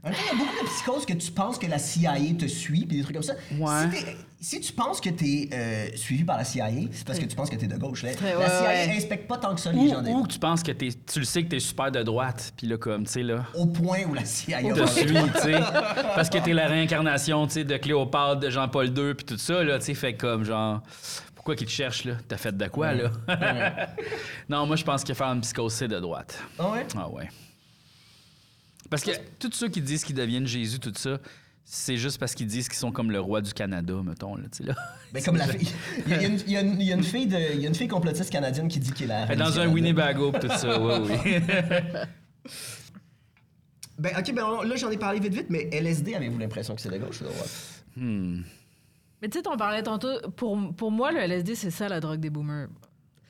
B: En même temps, il y a beaucoup de psychoses que tu penses que la CIA te suit, puis des trucs comme ça.
C: Ouais.
B: Si, t'es- si tu penses que t'es euh, suivi par la CIA, c'est parce que tu penses que t'es de gauche. là.
A: très-
B: la
A: ouais,
B: CIA
A: ouais.
B: inspecte pas tant que ça
C: Ou,
B: les gens des
C: ou que tu penses que t'es- tu le sais que t'es super de droite. Puis là, comme, tu sais, là...
B: Au point où la CIA...
C: te suis, tu sais. Parce que t'es la réincarnation, tu sais, de Cléopâtre, de Jean-Paul II, puis tout ça, là, tu sais, fait comme genre. Pourquoi qu'ils te cherchent, là? T'as fait de quoi, là? non, moi, je pense que faire une psychose, c'est de droite.
B: Ah ouais?
C: Ah ouais. Parce que tous ceux qui disent qu'ils deviennent Jésus, tout ça, c'est juste parce qu'ils disent qu'ils sont comme le roi du Canada, mettons, là, tu sais, là.
B: Ben, comme la fille. Il y a- il y a une- il y a une- il y a une fille de- il y a une fille complotiste canadienne qui dit qu'elle a.
C: Fait Dans un Winnebago, pis tout ça, ouais, oui.
B: Ben, ok, ben on- là j'en ai parlé vite vite, mais LSD, avez-vous l'impression que c'est de gauche ou de droite?
A: Mais tu sais, t'en parlais tantôt. Pour, pour moi, le LSD, c'est ça la drogue des boomers.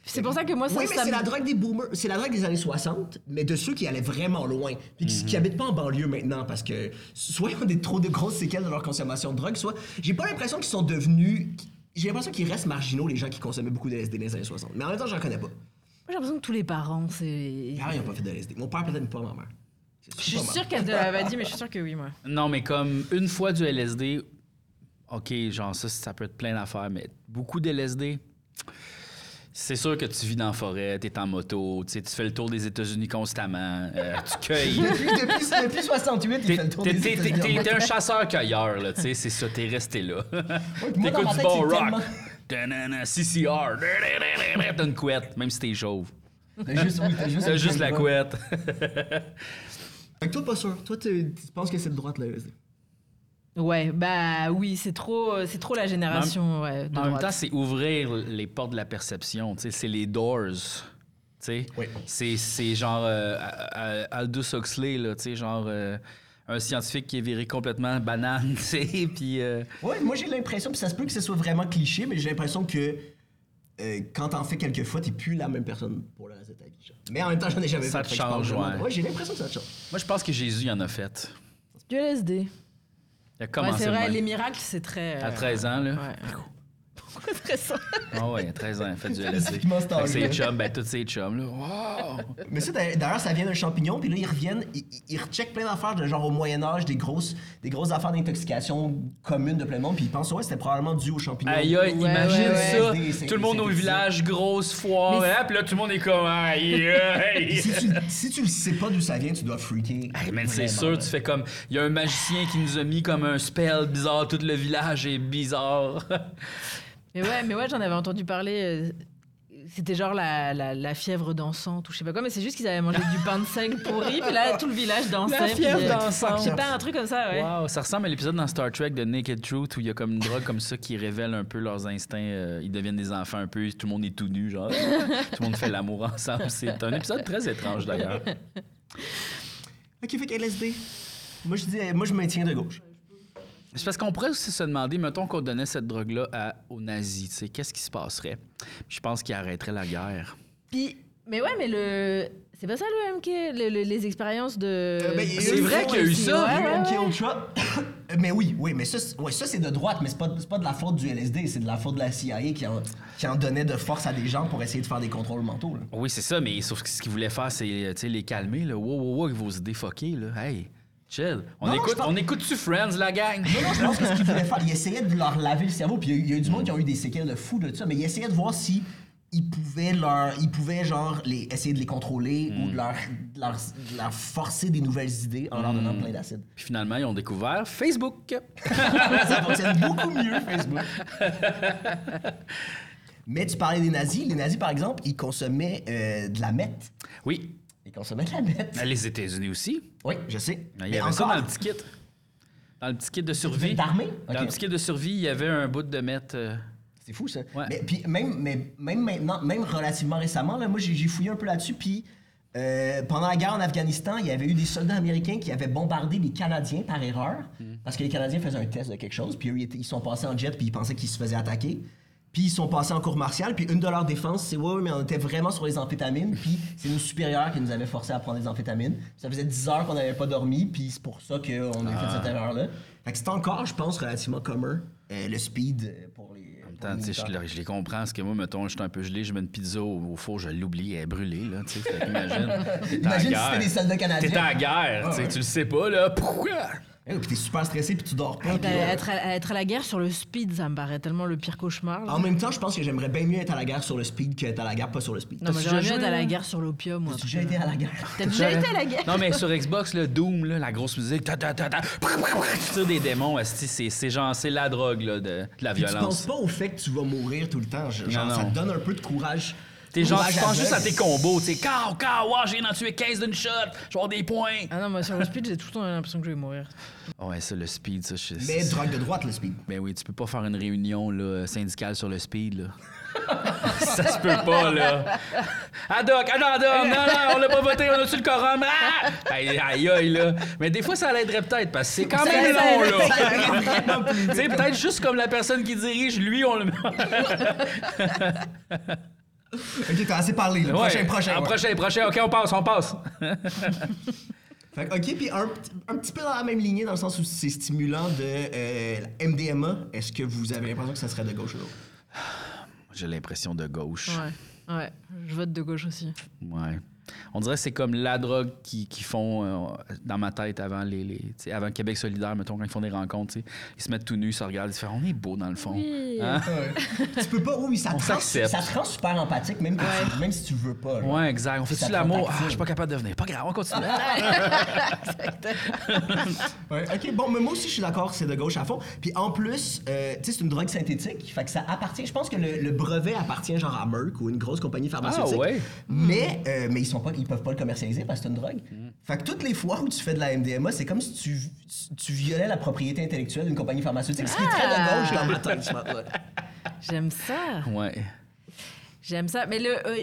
A: C'est pour ça que moi, Ah, ça,
B: oui, mais
A: ça
B: c'est
A: me-
B: la drogue des boomers. C'est la drogue des années 60, mais de ceux qui allaient vraiment loin. Puis qui,
C: Mhm.
B: qui habitent pas en banlieue maintenant parce que soit ils ont des trop de grosses séquelles de leur consommation de drogue, soit. J'ai pas l'impression qu'ils sont devenus. J'ai l'impression qu'ils restent marginaux, les gens qui consommaient beaucoup de LSD dans les années 60. Mais en même temps, j'en connais pas.
A: Moi, j'ai l'impression que tous les parents, c'est.
B: Mes parents, ils ont pas fait de LSD. Mon père, peut-être, mais pas ma mère.
A: Je suis sûre qu'elle te l'avait dit, mais je suis sûre que oui, moi.
C: Non, mais comme une fois du LSD, OK, genre ça, ça peut être plein d'affaires, mais beaucoup d'LSD, c'est sûr que tu vis dans la forêt, t'es en moto, tu sais, tu fais le tour des États-Unis constamment, euh, tu cueilles.
B: Depuis, depuis, depuis 68, il
C: T'es
B: fait le tour
C: t'es-
B: des
C: t'es-
B: États-Unis en
C: t'es- t'es un chasseur-cueilleur, là, tu sais, c'est ça, t'es resté là.
B: Ouais, puis moi, dans
C: T'écoutes
B: ma
C: du
B: tête,
C: bon
B: c'est
C: rock.
B: tellement-
C: Ta-na-na, CCR. T'as une couette, même si t'es chauve.
B: T'as juste, oui, t'as juste,
C: T'as juste la couette.
B: Fait que toi, pas sûr. Toi, tu tu penses que c'est de droite, là. LSD.
A: Ouais, bah oui, c'est trop, euh, c'est trop la génération. ouais, de
C: En même
A: droite.
C: temps, c'est ouvrir les portes de la perception. tu sais, C'est les doors. tu sais.
B: Oui.
C: C'est, c'est genre euh, à- à- Aldous Huxley, là, tu sais, genre euh, un scientifique qui est viré complètement banane. tu sais, Puis, euh,
B: Ouais, moi, j'ai l'impression, puis ça se peut que ce soit vraiment cliché, mais j'ai l'impression que euh, quand t'en fais quelques fois, t'es plus la même personne pour le reste de ta vie. genre. Mais en même temps, j'en ai jamais fait.
C: Ça te
B: fait que je parle
C: change,
B: vraiment-
C: ouais.
B: j'ai l'impression que ça te change.
C: moi, je pense que Jésus en a fait.
A: Du LSD.
C: Il a
A: Ouais,
C: commencé
A: c'est
C: de
A: vrai,
C: même.
A: les miracles, c'est très.
C: à
A: euh,
C: 13 ans. Là.
A: Ouais. Pourquoi très ça?
C: Ah ouais, à 13 ans, il a fait du LSD.
B: Typiquement, c'est
C: Fait que ses
B: anglais.
C: chums, ben, tous ses chums. Là. Wow!
B: Mais ça, d'a- d'ailleurs, ça vient d'un champignon, puis là, ils reviennent, ils, ils- ils recheckent plein d'affaires, de genre au Moyen-Âge, des grosses, des grosses affaires d'intoxication communes de plein de monde, puis ils pensent, ouais, c'était probablement dû au champignon.
C: Aïe,
A: Ouais,
C: aïe, imagine
A: ouais,
C: ça.
B: ouais. C'est-
C: Tout le monde
B: c'est-
C: au
B: c'est-
C: village, grosse foire.
A: Mais
C: hein, Puis là, tout le monde est comme. Aïe, aïe.
B: Si tu, si tu le sais pas d'où ça vient, tu dois freaker.
C: Hey, man, c'est
B: Vraiment,
C: sûr,
B: là.
C: tu fais comme. Il y a un magicien qui nous a mis comme un spell bizarre, tout le village est bizarre.
A: Mais ouais, mais ouais, j'en avais entendu parler. euh, C'était genre la, la, la fièvre dansante ou je sais pas quoi, mais c'est juste qu'ils avaient mangé du pain de seigle pourri, puis là tout le village dansait.
C: La fièvre
A: puis, euh,
C: dansante.
A: Je sais pas, un truc comme ça, ouais.
C: Wow, ça ressemble à l'épisode dans Star Trek de Naked Truth où il y a comme une drogue comme ça qui révèle un peu leurs instincts. euh, ils deviennent des enfants un peu, tout le monde est tout nu, genre. tout le monde fait l'amour ensemble. C'est un épisode très étrange d'ailleurs.
B: Ok, fait que LSD. Moi, je dis, euh, moi, je maintiens de gauche.
C: C'est parce qu'on pourrait aussi se demander, mettons qu'on donnait cette drogue-là à- aux nazis, tu sais, qu'est-ce qui se passerait? Je pense qu'ils arrêteraient la guerre.
A: Puis, mais ouais, mais le. C'est pas ça le MK, le- le- les expériences de.
B: Euh, ben, il y a
C: C'est
B: eu-
C: vrai qu'il y a eu ça.
A: Ouais, ouais,
B: Il y a eu
A: ouais.
B: MK Ultra. Euh, Mais oui, oui, mais ça, c'est- ouais, ça c'est de droite, mais c'est pas, c'est pas de la faute du LSD, c'est de la faute de la CIA qui en, qui en donnait de force à des gens pour essayer de faire des contrôles mentaux. là.
C: Oui, c'est ça, mais sauf que ce qu'ils voulaient faire, c'est euh, tu sais, les calmer. Là. Wow, wow, wow, vos idées fuckées. Là. Hey, chill. On
B: Non, non, je
C: écoute,
B: parle-
C: on écoute-tu Friends, la gang?
B: Non, non, je pense que ce qu'ils voulaient faire, ils essayaient de leur laver le cerveau, puis il y a eu- il y, a eu du monde qui a eu des séquelles de fou de ça, mais ils essayaient de voir si ils pouvaient leur, ils pouvaient genre les, essayer de les contrôler
C: Mm.
B: ou de leur, de leur, de leur forcer des nouvelles idées en leur donnant
C: Mm.
B: plein d'acide.
C: Puis finalement, ils ont découvert Facebook.
B: ça fonctionne beaucoup mieux, Facebook. Mais tu parlais des nazis. Les nazis, par exemple, ils consommaient euh, de la meth.
C: Oui,
B: Ils consommaient de la meth.
C: mais les États-Unis aussi.
B: Oui, je sais.
C: Il y avait ça dans le petit kit. Dans le petit kit de survie.
B: d'armée?
C: Dans
B: Ok.
C: le petit kit de survie, il y avait un bout de mettre. euh,
B: C'est fou, ça.
C: Ouais.
B: Mais, puis même, mais, même maintenant, même relativement récemment, là, moi, j'ai j'ai fouillé un peu là-dessus, puis... euh, pendant la guerre en Afghanistan, il y avait eu des soldats américains qui avaient bombardé les Canadiens par erreur,
C: Hmm.
B: parce que les Canadiens faisaient un test de quelque chose, puis eux, ils, étaient- ils sont passés en jet, puis ils pensaient qu'ils se faisaient attaquer. Puis ils sont passés en cours martial, puis une de leurs défenses, c'est ouais, ouais, mais on était vraiment sur les amphétamines, puis c'est nos supérieurs qui nous avaient forcés à prendre des amphétamines. Ça faisait 10 heures qu'on n'avait pas dormi, puis c'est pour ça qu'on a fait
C: Ah.
B: cette erreur-là. Fait que c'est encore, je pense, relativement commun, euh, le speed euh, pour les.
C: En même temps, tu sais, je, le- je les comprends, parce que moi, mettons, je suis un peu gelé, je mets une pizza au, au four, je l'oublie, elle est brûlée, là, tu sais, fait qu'imagine, t'es en
B: Imagine si
C: guerre.
B: c'était des soldats canadiens.
C: T'es en guerre, tu sais, tu le sais pas, là, pourquoi?
B: Eh oui, puis t'es super stressé, puis tu dors pas.
A: Être
B: puis,
A: à,
B: euh,
A: Ah, Ben, être à- être à la guerre sur le speed, ça me paraît tellement le pire cauchemar.
C: Ah,
A: là.
B: En même temps, je pense que j'aimerais bien mieux être à la guerre sur le speed qu'être à la guerre pas sur le speed.
A: non, mais j'aimerais
C: déjà
A: mieux être
C: joué, hein
A: à
C: là?
A: la guerre sur l'opium. moi,
B: T'as
A: parce
B: déjà
A: que-
B: été à la guerre.
A: T'as déjà été à la guerre
C: Non, mais sur Xbox, le Doom, là, la grosse musique, ta ta ta ta, tu tires des démons, asti, c'est c'est genre, c'est la drogue, là, de, de la
B: Puis Tu penses
C: violence.
B: pas au fait que tu vas mourir tout le temps. je- Genre,
C: Non,
B: ça
C: non.
B: te donne un peu de courage.
C: T'es genre,
B: Courage
C: tu penses juste à
B: aveugle.
C: tes combos, tu sais, Kaw, kaw, wow, j'ai en tué 15 d'une shot, je vais avoir des points.
A: Ah non, moi sur le speed, j'ai tout le temps l'impression que je vais mourir.
C: Ouais, ça, le speed, ça, je
B: Mais
C: c'est-
B: drogue de droite, le speed.
C: Ben oui, tu peux pas faire une réunion là, syndicale sur le speed, là. ça se peut pas, là. Adoc, adoc, non, non, on l'a pas voté, on a su le quorum. Ah! Aïe, aïe, aïe, là. Mais des fois, ça l'aiderait peut-être, parce que c'est quand même
A: Ça
C: long,
A: aiderait-
C: là. Tu sais, peut-être juste comme la personne qui dirige, lui, on le met.
B: Ok, t'as assez parlé. là. Prochain,
C: Ouais.
B: prochain.
C: Ah,
B: ouais.
C: prochain, prochain. OK, on passe, on passe.
B: Fait que, ok, puis un, petit- un petit peu dans la même lignée, dans le sens où c'est stimulant de euh, la MDMA. Est-ce que vous avez l'impression que ça serait de gauche ou de droite?
C: J'ai l'impression de gauche.
A: Ouais, ouais. Je vote de gauche aussi.
C: Ouais. On dirait que c'est comme la drogue qui, qui font euh, dans ma tête avant les, les tu sais, avant Québec solidaire, mettons, quand ils font des rencontres, tu sais, ils se mettent tout nus, ils se regardent, ils se font On est beau dans le fond. Hein?
B: tu peux pas, oui, ça te, rend,
C: s'accepte.
B: ça te rend super empathique, même, quand tu- même si tu veux pas. genre.
C: Ouais, exact. On
B: Ça
C: fait-tu
B: te
C: l'amour?
B: rend
C: Ah,
B: tactile.
C: je suis pas capable de venir. Pas grave, on continue.
B: Ouais, ok, bon, mais moi aussi je suis d'accord, c'est de gauche à fond. Puis en plus, euh, tu sais, c'est une drogue synthétique, fait que ça appartient. Je pense que le, le brevet appartient genre à Merck ou une grosse compagnie pharmaceutique.
C: Ah, ouais.
B: Mais,
A: Hmm.
B: euh, mais ils sont pas, ils peuvent pas le commercialiser parce que c'est une drogue.
C: Hmm.
B: Fait que toutes les fois où tu fais de la MDMA, c'est comme si tu, tu violais la propriété intellectuelle d'une compagnie pharmaceutique, ce qui est très
A: Ah!
B: de gauche dans ma tête. je pense, ouais.
A: J'aime ça.
C: ouais.
A: J'aime ça. Mais le, euh,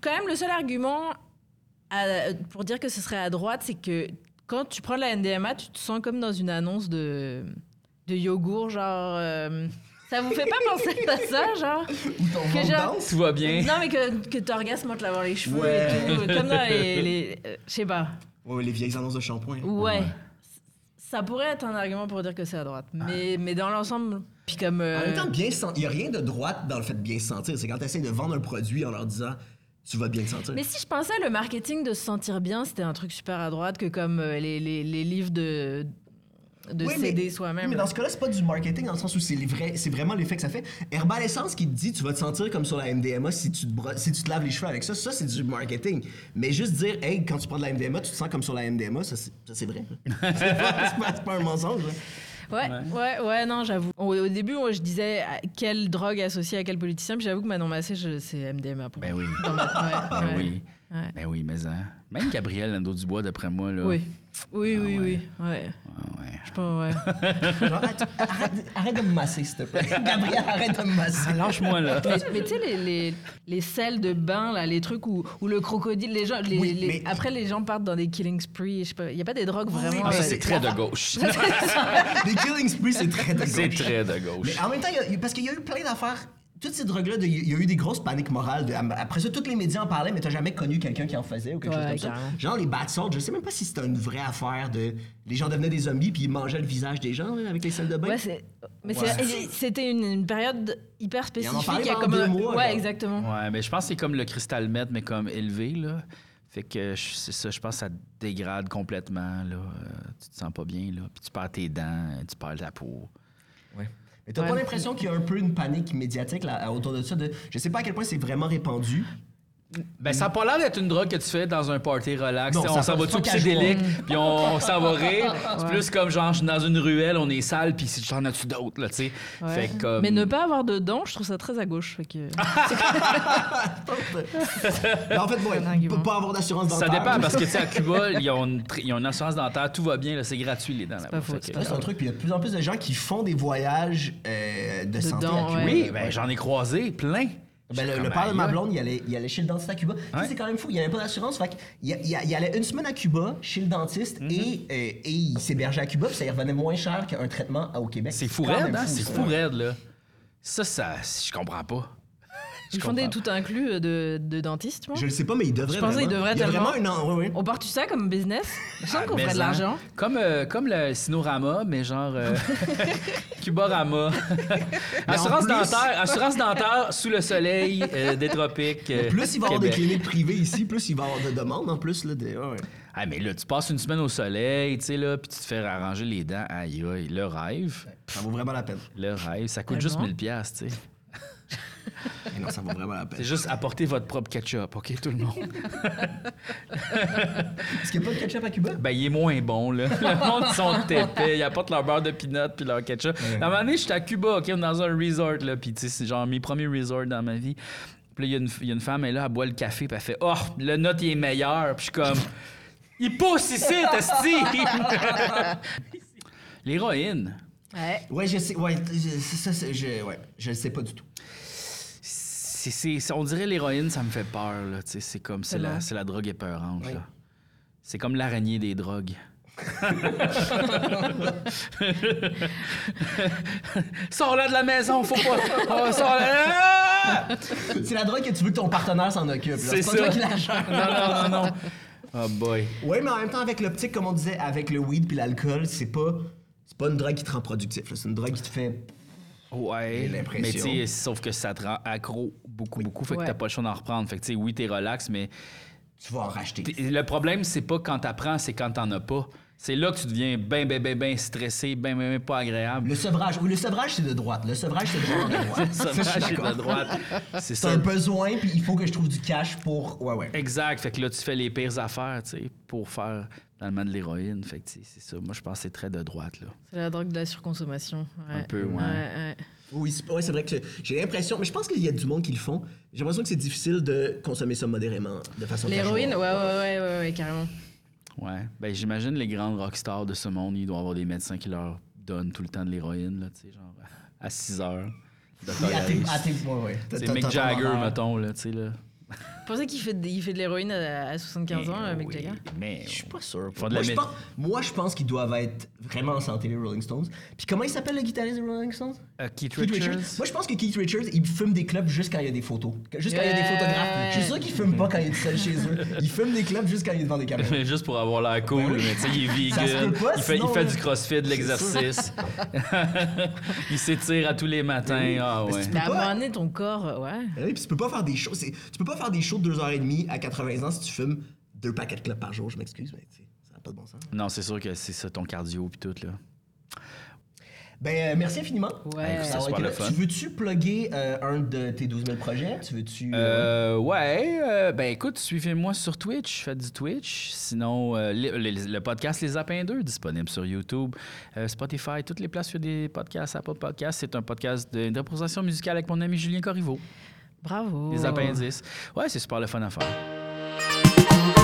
A: quand même, le seul argument à- pour dire que ce serait à droite, c'est que quand tu prends de la NDMA, tu te sens comme dans une annonce de, de yogourt, genre. euh, ça vous fait pas penser à ça, genre
B: Ou ton ventre
A: genre-
B: danse.
C: Tout va bien.
A: Non, mais que, que t'orgasmes en te lavant les cheveux
B: Ouais.
A: et tout. Comme dans les. les- euh, Je sais pas.
B: Ouais, les vieilles annonces de shampoing.
A: Ouais. Ça pourrait être un argument pour dire que c'est à droite. Mais, mais dans l'ensemble, puis comme. euh,
B: En même temps, bien sen- il y a rien de droite dans le fait de bien se sentir. C'est quand tu essaies de vendre un produit en leur disant tu vas bien te sentir.
A: Mais si je pensais le marketing de se sentir bien, c'était un truc super à droite que comme euh, les, les- les livres de, de
B: Oui, mais-
A: CD
B: oui,
A: soi-même.
B: Mais dans ce cas-là, c'est pas du marketing dans le sens où c'est les vrais- c'est vraiment l'effet que ça fait. Herbal Essence qui te dit tu vas te sentir comme sur la MDMA si tu te, bro- si tu te laves les cheveux avec ça, ça c'est du marketing. Mais juste dire hey quand tu prends de la MDMA, tu te sens comme sur la MDMA, ça c'est ça, c'est vrai. c'est pas, c'est pas- c'est pas un mensonge. hein.
A: Ouais, ouais, ouais, non, j'avoue. Au, au début, moi, je disais à quelle drogue associée à quel politicien, puis j'avoue que Manon Massé, je- c'est MDMA pour
C: Ben
A: moi.
C: oui.
A: Dans ma- ouais,
C: Ben
A: ouais.
C: oui.
A: Ouais.
C: Ben oui, mais hein. Même Gabriel Lando Dubois, d'après moi, là.
A: Oui. Oui, oui,
C: Ah
A: oui.
C: ouais.
A: Ouais.
C: Ah, ouais.
A: Je pense, ouais.
B: Genre, arrête, arrête- arrête de me masser s'il te plaît. Gabriel, arrête de me masser.
C: Ah, Lâche-moi, là.
A: mais mais tu sais, les, les, les selles de bain, là, les trucs où, où le crocodile, les gens, les-
B: Oui,
A: les-
B: mais-
A: après, les gens partent dans des killing spree. Je sais pas, il n'y a pas des drogues vraiment.
C: Ah, ça,
B: mais-
A: euh,
C: c'est très de gauche.
B: Les killing spree c'est très de
C: C'est
B: gauche.
C: très de gauche.
B: Mais en même temps, il y a- parce qu'il y a eu plein d'affaires. toutes ces drogues-là, de- il y a eu des grosses paniques morales. de- après ça, tous les médias en parlaient, mais t'as jamais connu quelqu'un qui en faisait ou quelque
A: Ouais,
B: chose comme
A: carrément.
B: ça. Genre les bad salts, je sais même pas si c'était une vraie affaire de. Les gens devenaient des zombies puis ils mangeaient le visage des gens là, avec les salles de bain.
A: Ouais, c'est- mais
C: Ouais.
A: c'est- c'était une, une période hyper
B: Et on en
A: spécifique.
B: parlait
A: il y a
B: pendant
A: comme
B: deux
A: un-
B: mois,
A: ouais,
B: genre.
A: exactement.
C: Ouais, mais je pense que c'est comme le cristal meth, mais comme élevé, là. Fait que je- c'est ça, je pense que ça dégrade complètement, là. Euh, Tu te sens pas bien, là. Puis tu perds tes dents, tu perds ta peau.
B: Mais t'as pas
A: Ouais.
B: l'impression qu'il y a un peu une panique médiatique là, autour de ça? De, je sais pas à quel point c'est vraiment répandu.
C: Ben, ça a pas l'air d'être une drogue que tu fais dans un party relax.
B: Non,
C: T'sais,
B: ça
C: on s'en va
B: passe
C: tout
B: pas casual.
C: psychédélique, puis on, on s'en va rire. C'est plus comme genre, je suis dans une ruelle, on est sale, puis si j'en as-tu d'autres, là, tu sais.
A: Ouais. Ah,
C: Fait que, comme.
A: Mais ne pas avoir de dents, je trouve ça très à gauche. fait que-
B: Mais en fait, ouais,
A: Un argument.
B: pas, pas avoir d'assurance
C: Ça
B: dentaire.
C: dépend, parce que, tu sais, à Cuba, ils ont, une, tr- ils ont une assurance dentaire, tout va bien, là, c'est gratuit, les dents. là-bas.
A: pas faux,
C: Fait
A: c'est
C: que-
A: pas
B: Là, c'est un truc, puis il y a de plus en plus de gens qui font des voyages euh, de santé
A: dents,
B: à Cuba.
A: ouais.
C: Oui, ben, j'en ai croisé plein.
B: Ben, le, le père de ma blonde, il allait, il allait chez le dentiste à Cuba. Tu sais, C'est quand même fou, il n'y avait pas d'assurance. Fait qu'il y a- il, y a- il allait une semaine à Cuba chez le dentiste et, euh, et il s'hébergeait à Cuba, puis ça y revenait moins cher qu'un traitement à- au Québec.
C: C'est fou
B: quand
C: raide,
B: même
C: hein?
B: fou,
C: C'est
B: ça.
C: fou raide, là. Ça, ça, je comprends pas.
A: Ils font des tout inclus euh, de, de dentistes, tu vois.
B: Je le sais pas, mais il devrait.
A: Je pensais
B: vraiment.
A: qu'il devrait
B: il y a
A: tellement.
B: vraiment un an, oui, oui.
A: On part tout ça comme business. Je sens
C: Ah,
A: qu'on
C: mais
A: ferait de
C: ça.
A: l'argent.
C: Comme, euh, comme le Sinorama, mais genre euh, Cubarama. assurance,
B: plus-
C: dentaire, assurance dentaire sous le soleil euh, des tropiques. euh,
B: Plus il va y avoir des
C: Québec.
B: cliniques privées ici, plus il va y avoir de demandes en plus. Là, des- ouais, ouais.
C: Ah, mais là, tu passes une semaine au soleil, tu sais, là, puis tu te fais arranger les dents. Aïe, aïe, le rêve.
B: Ça vaut vraiment la peine.
C: Le rêve. Ça
B: Ben
C: coûte
A: Ah
C: juste
A: bon?
C: 1000$, piastres, tu sais.
B: Et Eh non, ça vaut vraiment la
C: C'est
B: peine.
C: juste apporter votre propre ketchup, OK, tout le monde?
B: Est-ce qu'il n'y a pas de ketchup à Cuba?
C: Ben, il est moins bon, là. Le monde, ils sont épais. Ils apportent leur beurre de peanut puis leur ketchup. À un moment donné, j'étais à Cuba, OK, on est dans un resort, là. Puis, tu sais, c'est genre mes premiers resorts dans ma vie. Puis là, il y a une- il y, a une femme, elle, là, elle boit le café, puis elle fait « Oh, le nôtre, il est meilleur! » Puis je suis comme « Il pousse ici, testi! » L'héroïne,
A: Ouais.
B: Ouais, je sais. Ouais, je- ça, c'est- je, ouais, je le sais pas du tout.
C: c'est- c'est- c'est- on dirait l'héroïne, ça me fait peur, là. Tu sais, c'est comme... C'est la,
A: Tellement.
C: c'est la drogue épeurante,
B: Oui.
C: là. C'est comme l'araignée des drogues. Sors-la de la maison, faut pas. Oh, sors-la. Ah!
B: C'est la drogue que tu veux que ton partenaire s'en occupe. là.
C: C'est
B: C'est pas
C: ça.
B: toi qui la gère.
C: Non, non, non, non. Oh boy.
B: Oui, mais en même temps, avec l'optique, comme on disait, avec le weed puis l'alcool, c'est pas. C'est pas une drogue qui te rend productif. là. C'est une drogue qui te fait.
C: Ouais.
B: J'ai l'impression.
C: Mais tu sais, sauf que ça te rend accro beaucoup, beaucoup. Fait que
A: Ouais.
C: t'as pas le choix d'en reprendre. Fait que tu sais, oui, t'es relax, mais
B: Tu vas en racheter.
C: t'es- le problème, c'est pas quand t'apprends, c'est quand t'en as pas. C'est là que tu deviens ben, ben, ben, ben stressé, ben, ben, ben pas agréable.
B: Le sevrage. Oui, le sevrage, c'est de droite. Le sevrage, c'est vraiment de droite.
C: Ça
B: Ça, je suis
C: marche de
B: d'accord.
C: droite. C'est
B: C'est
C: ça.
B: un besoin, puis il faut que je trouve du cash pour. Ouais, ouais.
C: Exact. Fait que là, tu fais les pires affaires, tu sais, pour faire finalement de l'héroïne. Fait que tu sais, c'est ça. Moi, je pense que c'est très de droite, là.
A: C'est la drogue de la surconsommation.
C: Un peu, ouais.
A: ouais.
B: Oui, c'est ouais, c'est vrai que j'ai l'impression. Mais je pense qu'il y a du monde qui le font. J'ai l'impression que c'est difficile de consommer ça modérément, de façon.
A: L'héroïne, ouais,
B: casual.
A: ouais, ouais, ouais, ouais, carrément.
C: Ouais. Ben, j'imagine les grandes rockstars de ce monde, ils doivent avoir des médecins qui leur donnent tout le temps de l'héroïne, là, tu sais, genre à 6 heures. Docteur
B: Oui, à
C: Harris.
B: tes, à tes- ouais, ouais. T'as-
C: C'est
B: t'as-
C: Mick
B: t'as- t'as-
C: Jagger, mettons, là, tu sais, là.
A: Vous pensez qu'il fait, de- il fait de l'héroïne à, à 75 ans,
C: Eh
A: le mec
C: oui,
A: Jagger
C: Mais.
B: Je suis pas sûr.
C: Faut de
B: moi,
C: la
B: je
C: mé-
B: pense, moi, je pense qu'ils doivent être vraiment en santé, les Rolling Stones. Puis comment il s'appelle le guitariste des Rolling Stones
C: Euh, Keith
B: Keith
C: Richards.
B: Richards. Moi, je pense que Keith Richards, il fume des clubs juste quand il y a des photos. Que- Juste quand il y a des
A: Yeah.
B: photographes. Je suis sûr qu'il fume pas quand il est seul chez eux. Il fume des clubs juste quand il est devant des caméras.
C: Juste pour avoir l'air cool, mais tu sais, il est
B: Ben Ça se
C: vegan.
B: peut pas,
C: il fait, il
B: sinon,
C: fait
B: là.
C: du crossfit, de l'exercice. il s'étire à tous les matins. Ah,
B: Mais
C: ouais.
B: Ben c'est-
A: Mais à un
B: Pourquoi?
A: moment donné, ton corps, euh, ouais.
B: Eh oui, puis tu peux pas faire des shows. c'est- Tu peux pas faire des shows de 2h30 à 80 ans si tu fumes deux paquets de clubs par jour. Je m'excuse, mais tu sais, ça n'a pas de bon sens.
C: Non, c'est sûr que c'est ça, ton cardio puis tout, là.
B: Ben, euh, merci infiniment.
A: Ouais.
C: écoute,
B: Ça
C: c'est
B: aurait été
C: le
B: là.
C: fun.
B: Tu veux-tu plugger euh, un de tes 12 000 projets? Tu veux-tu...
C: Euh, ouais, euh, ben écoute, suivez-moi sur Twitch, faites du Twitch. Sinon, euh, le, le- le podcast Les Apins 2, disponible sur YouTube, euh, Spotify, toutes les places sur des podcasts, Apple Podcasts. C'est un podcast d'improvisation musicale avec mon ami Julien Corriveau,
A: Bravo.
C: Les Appendices. Ouais, c'est super le fun à faire.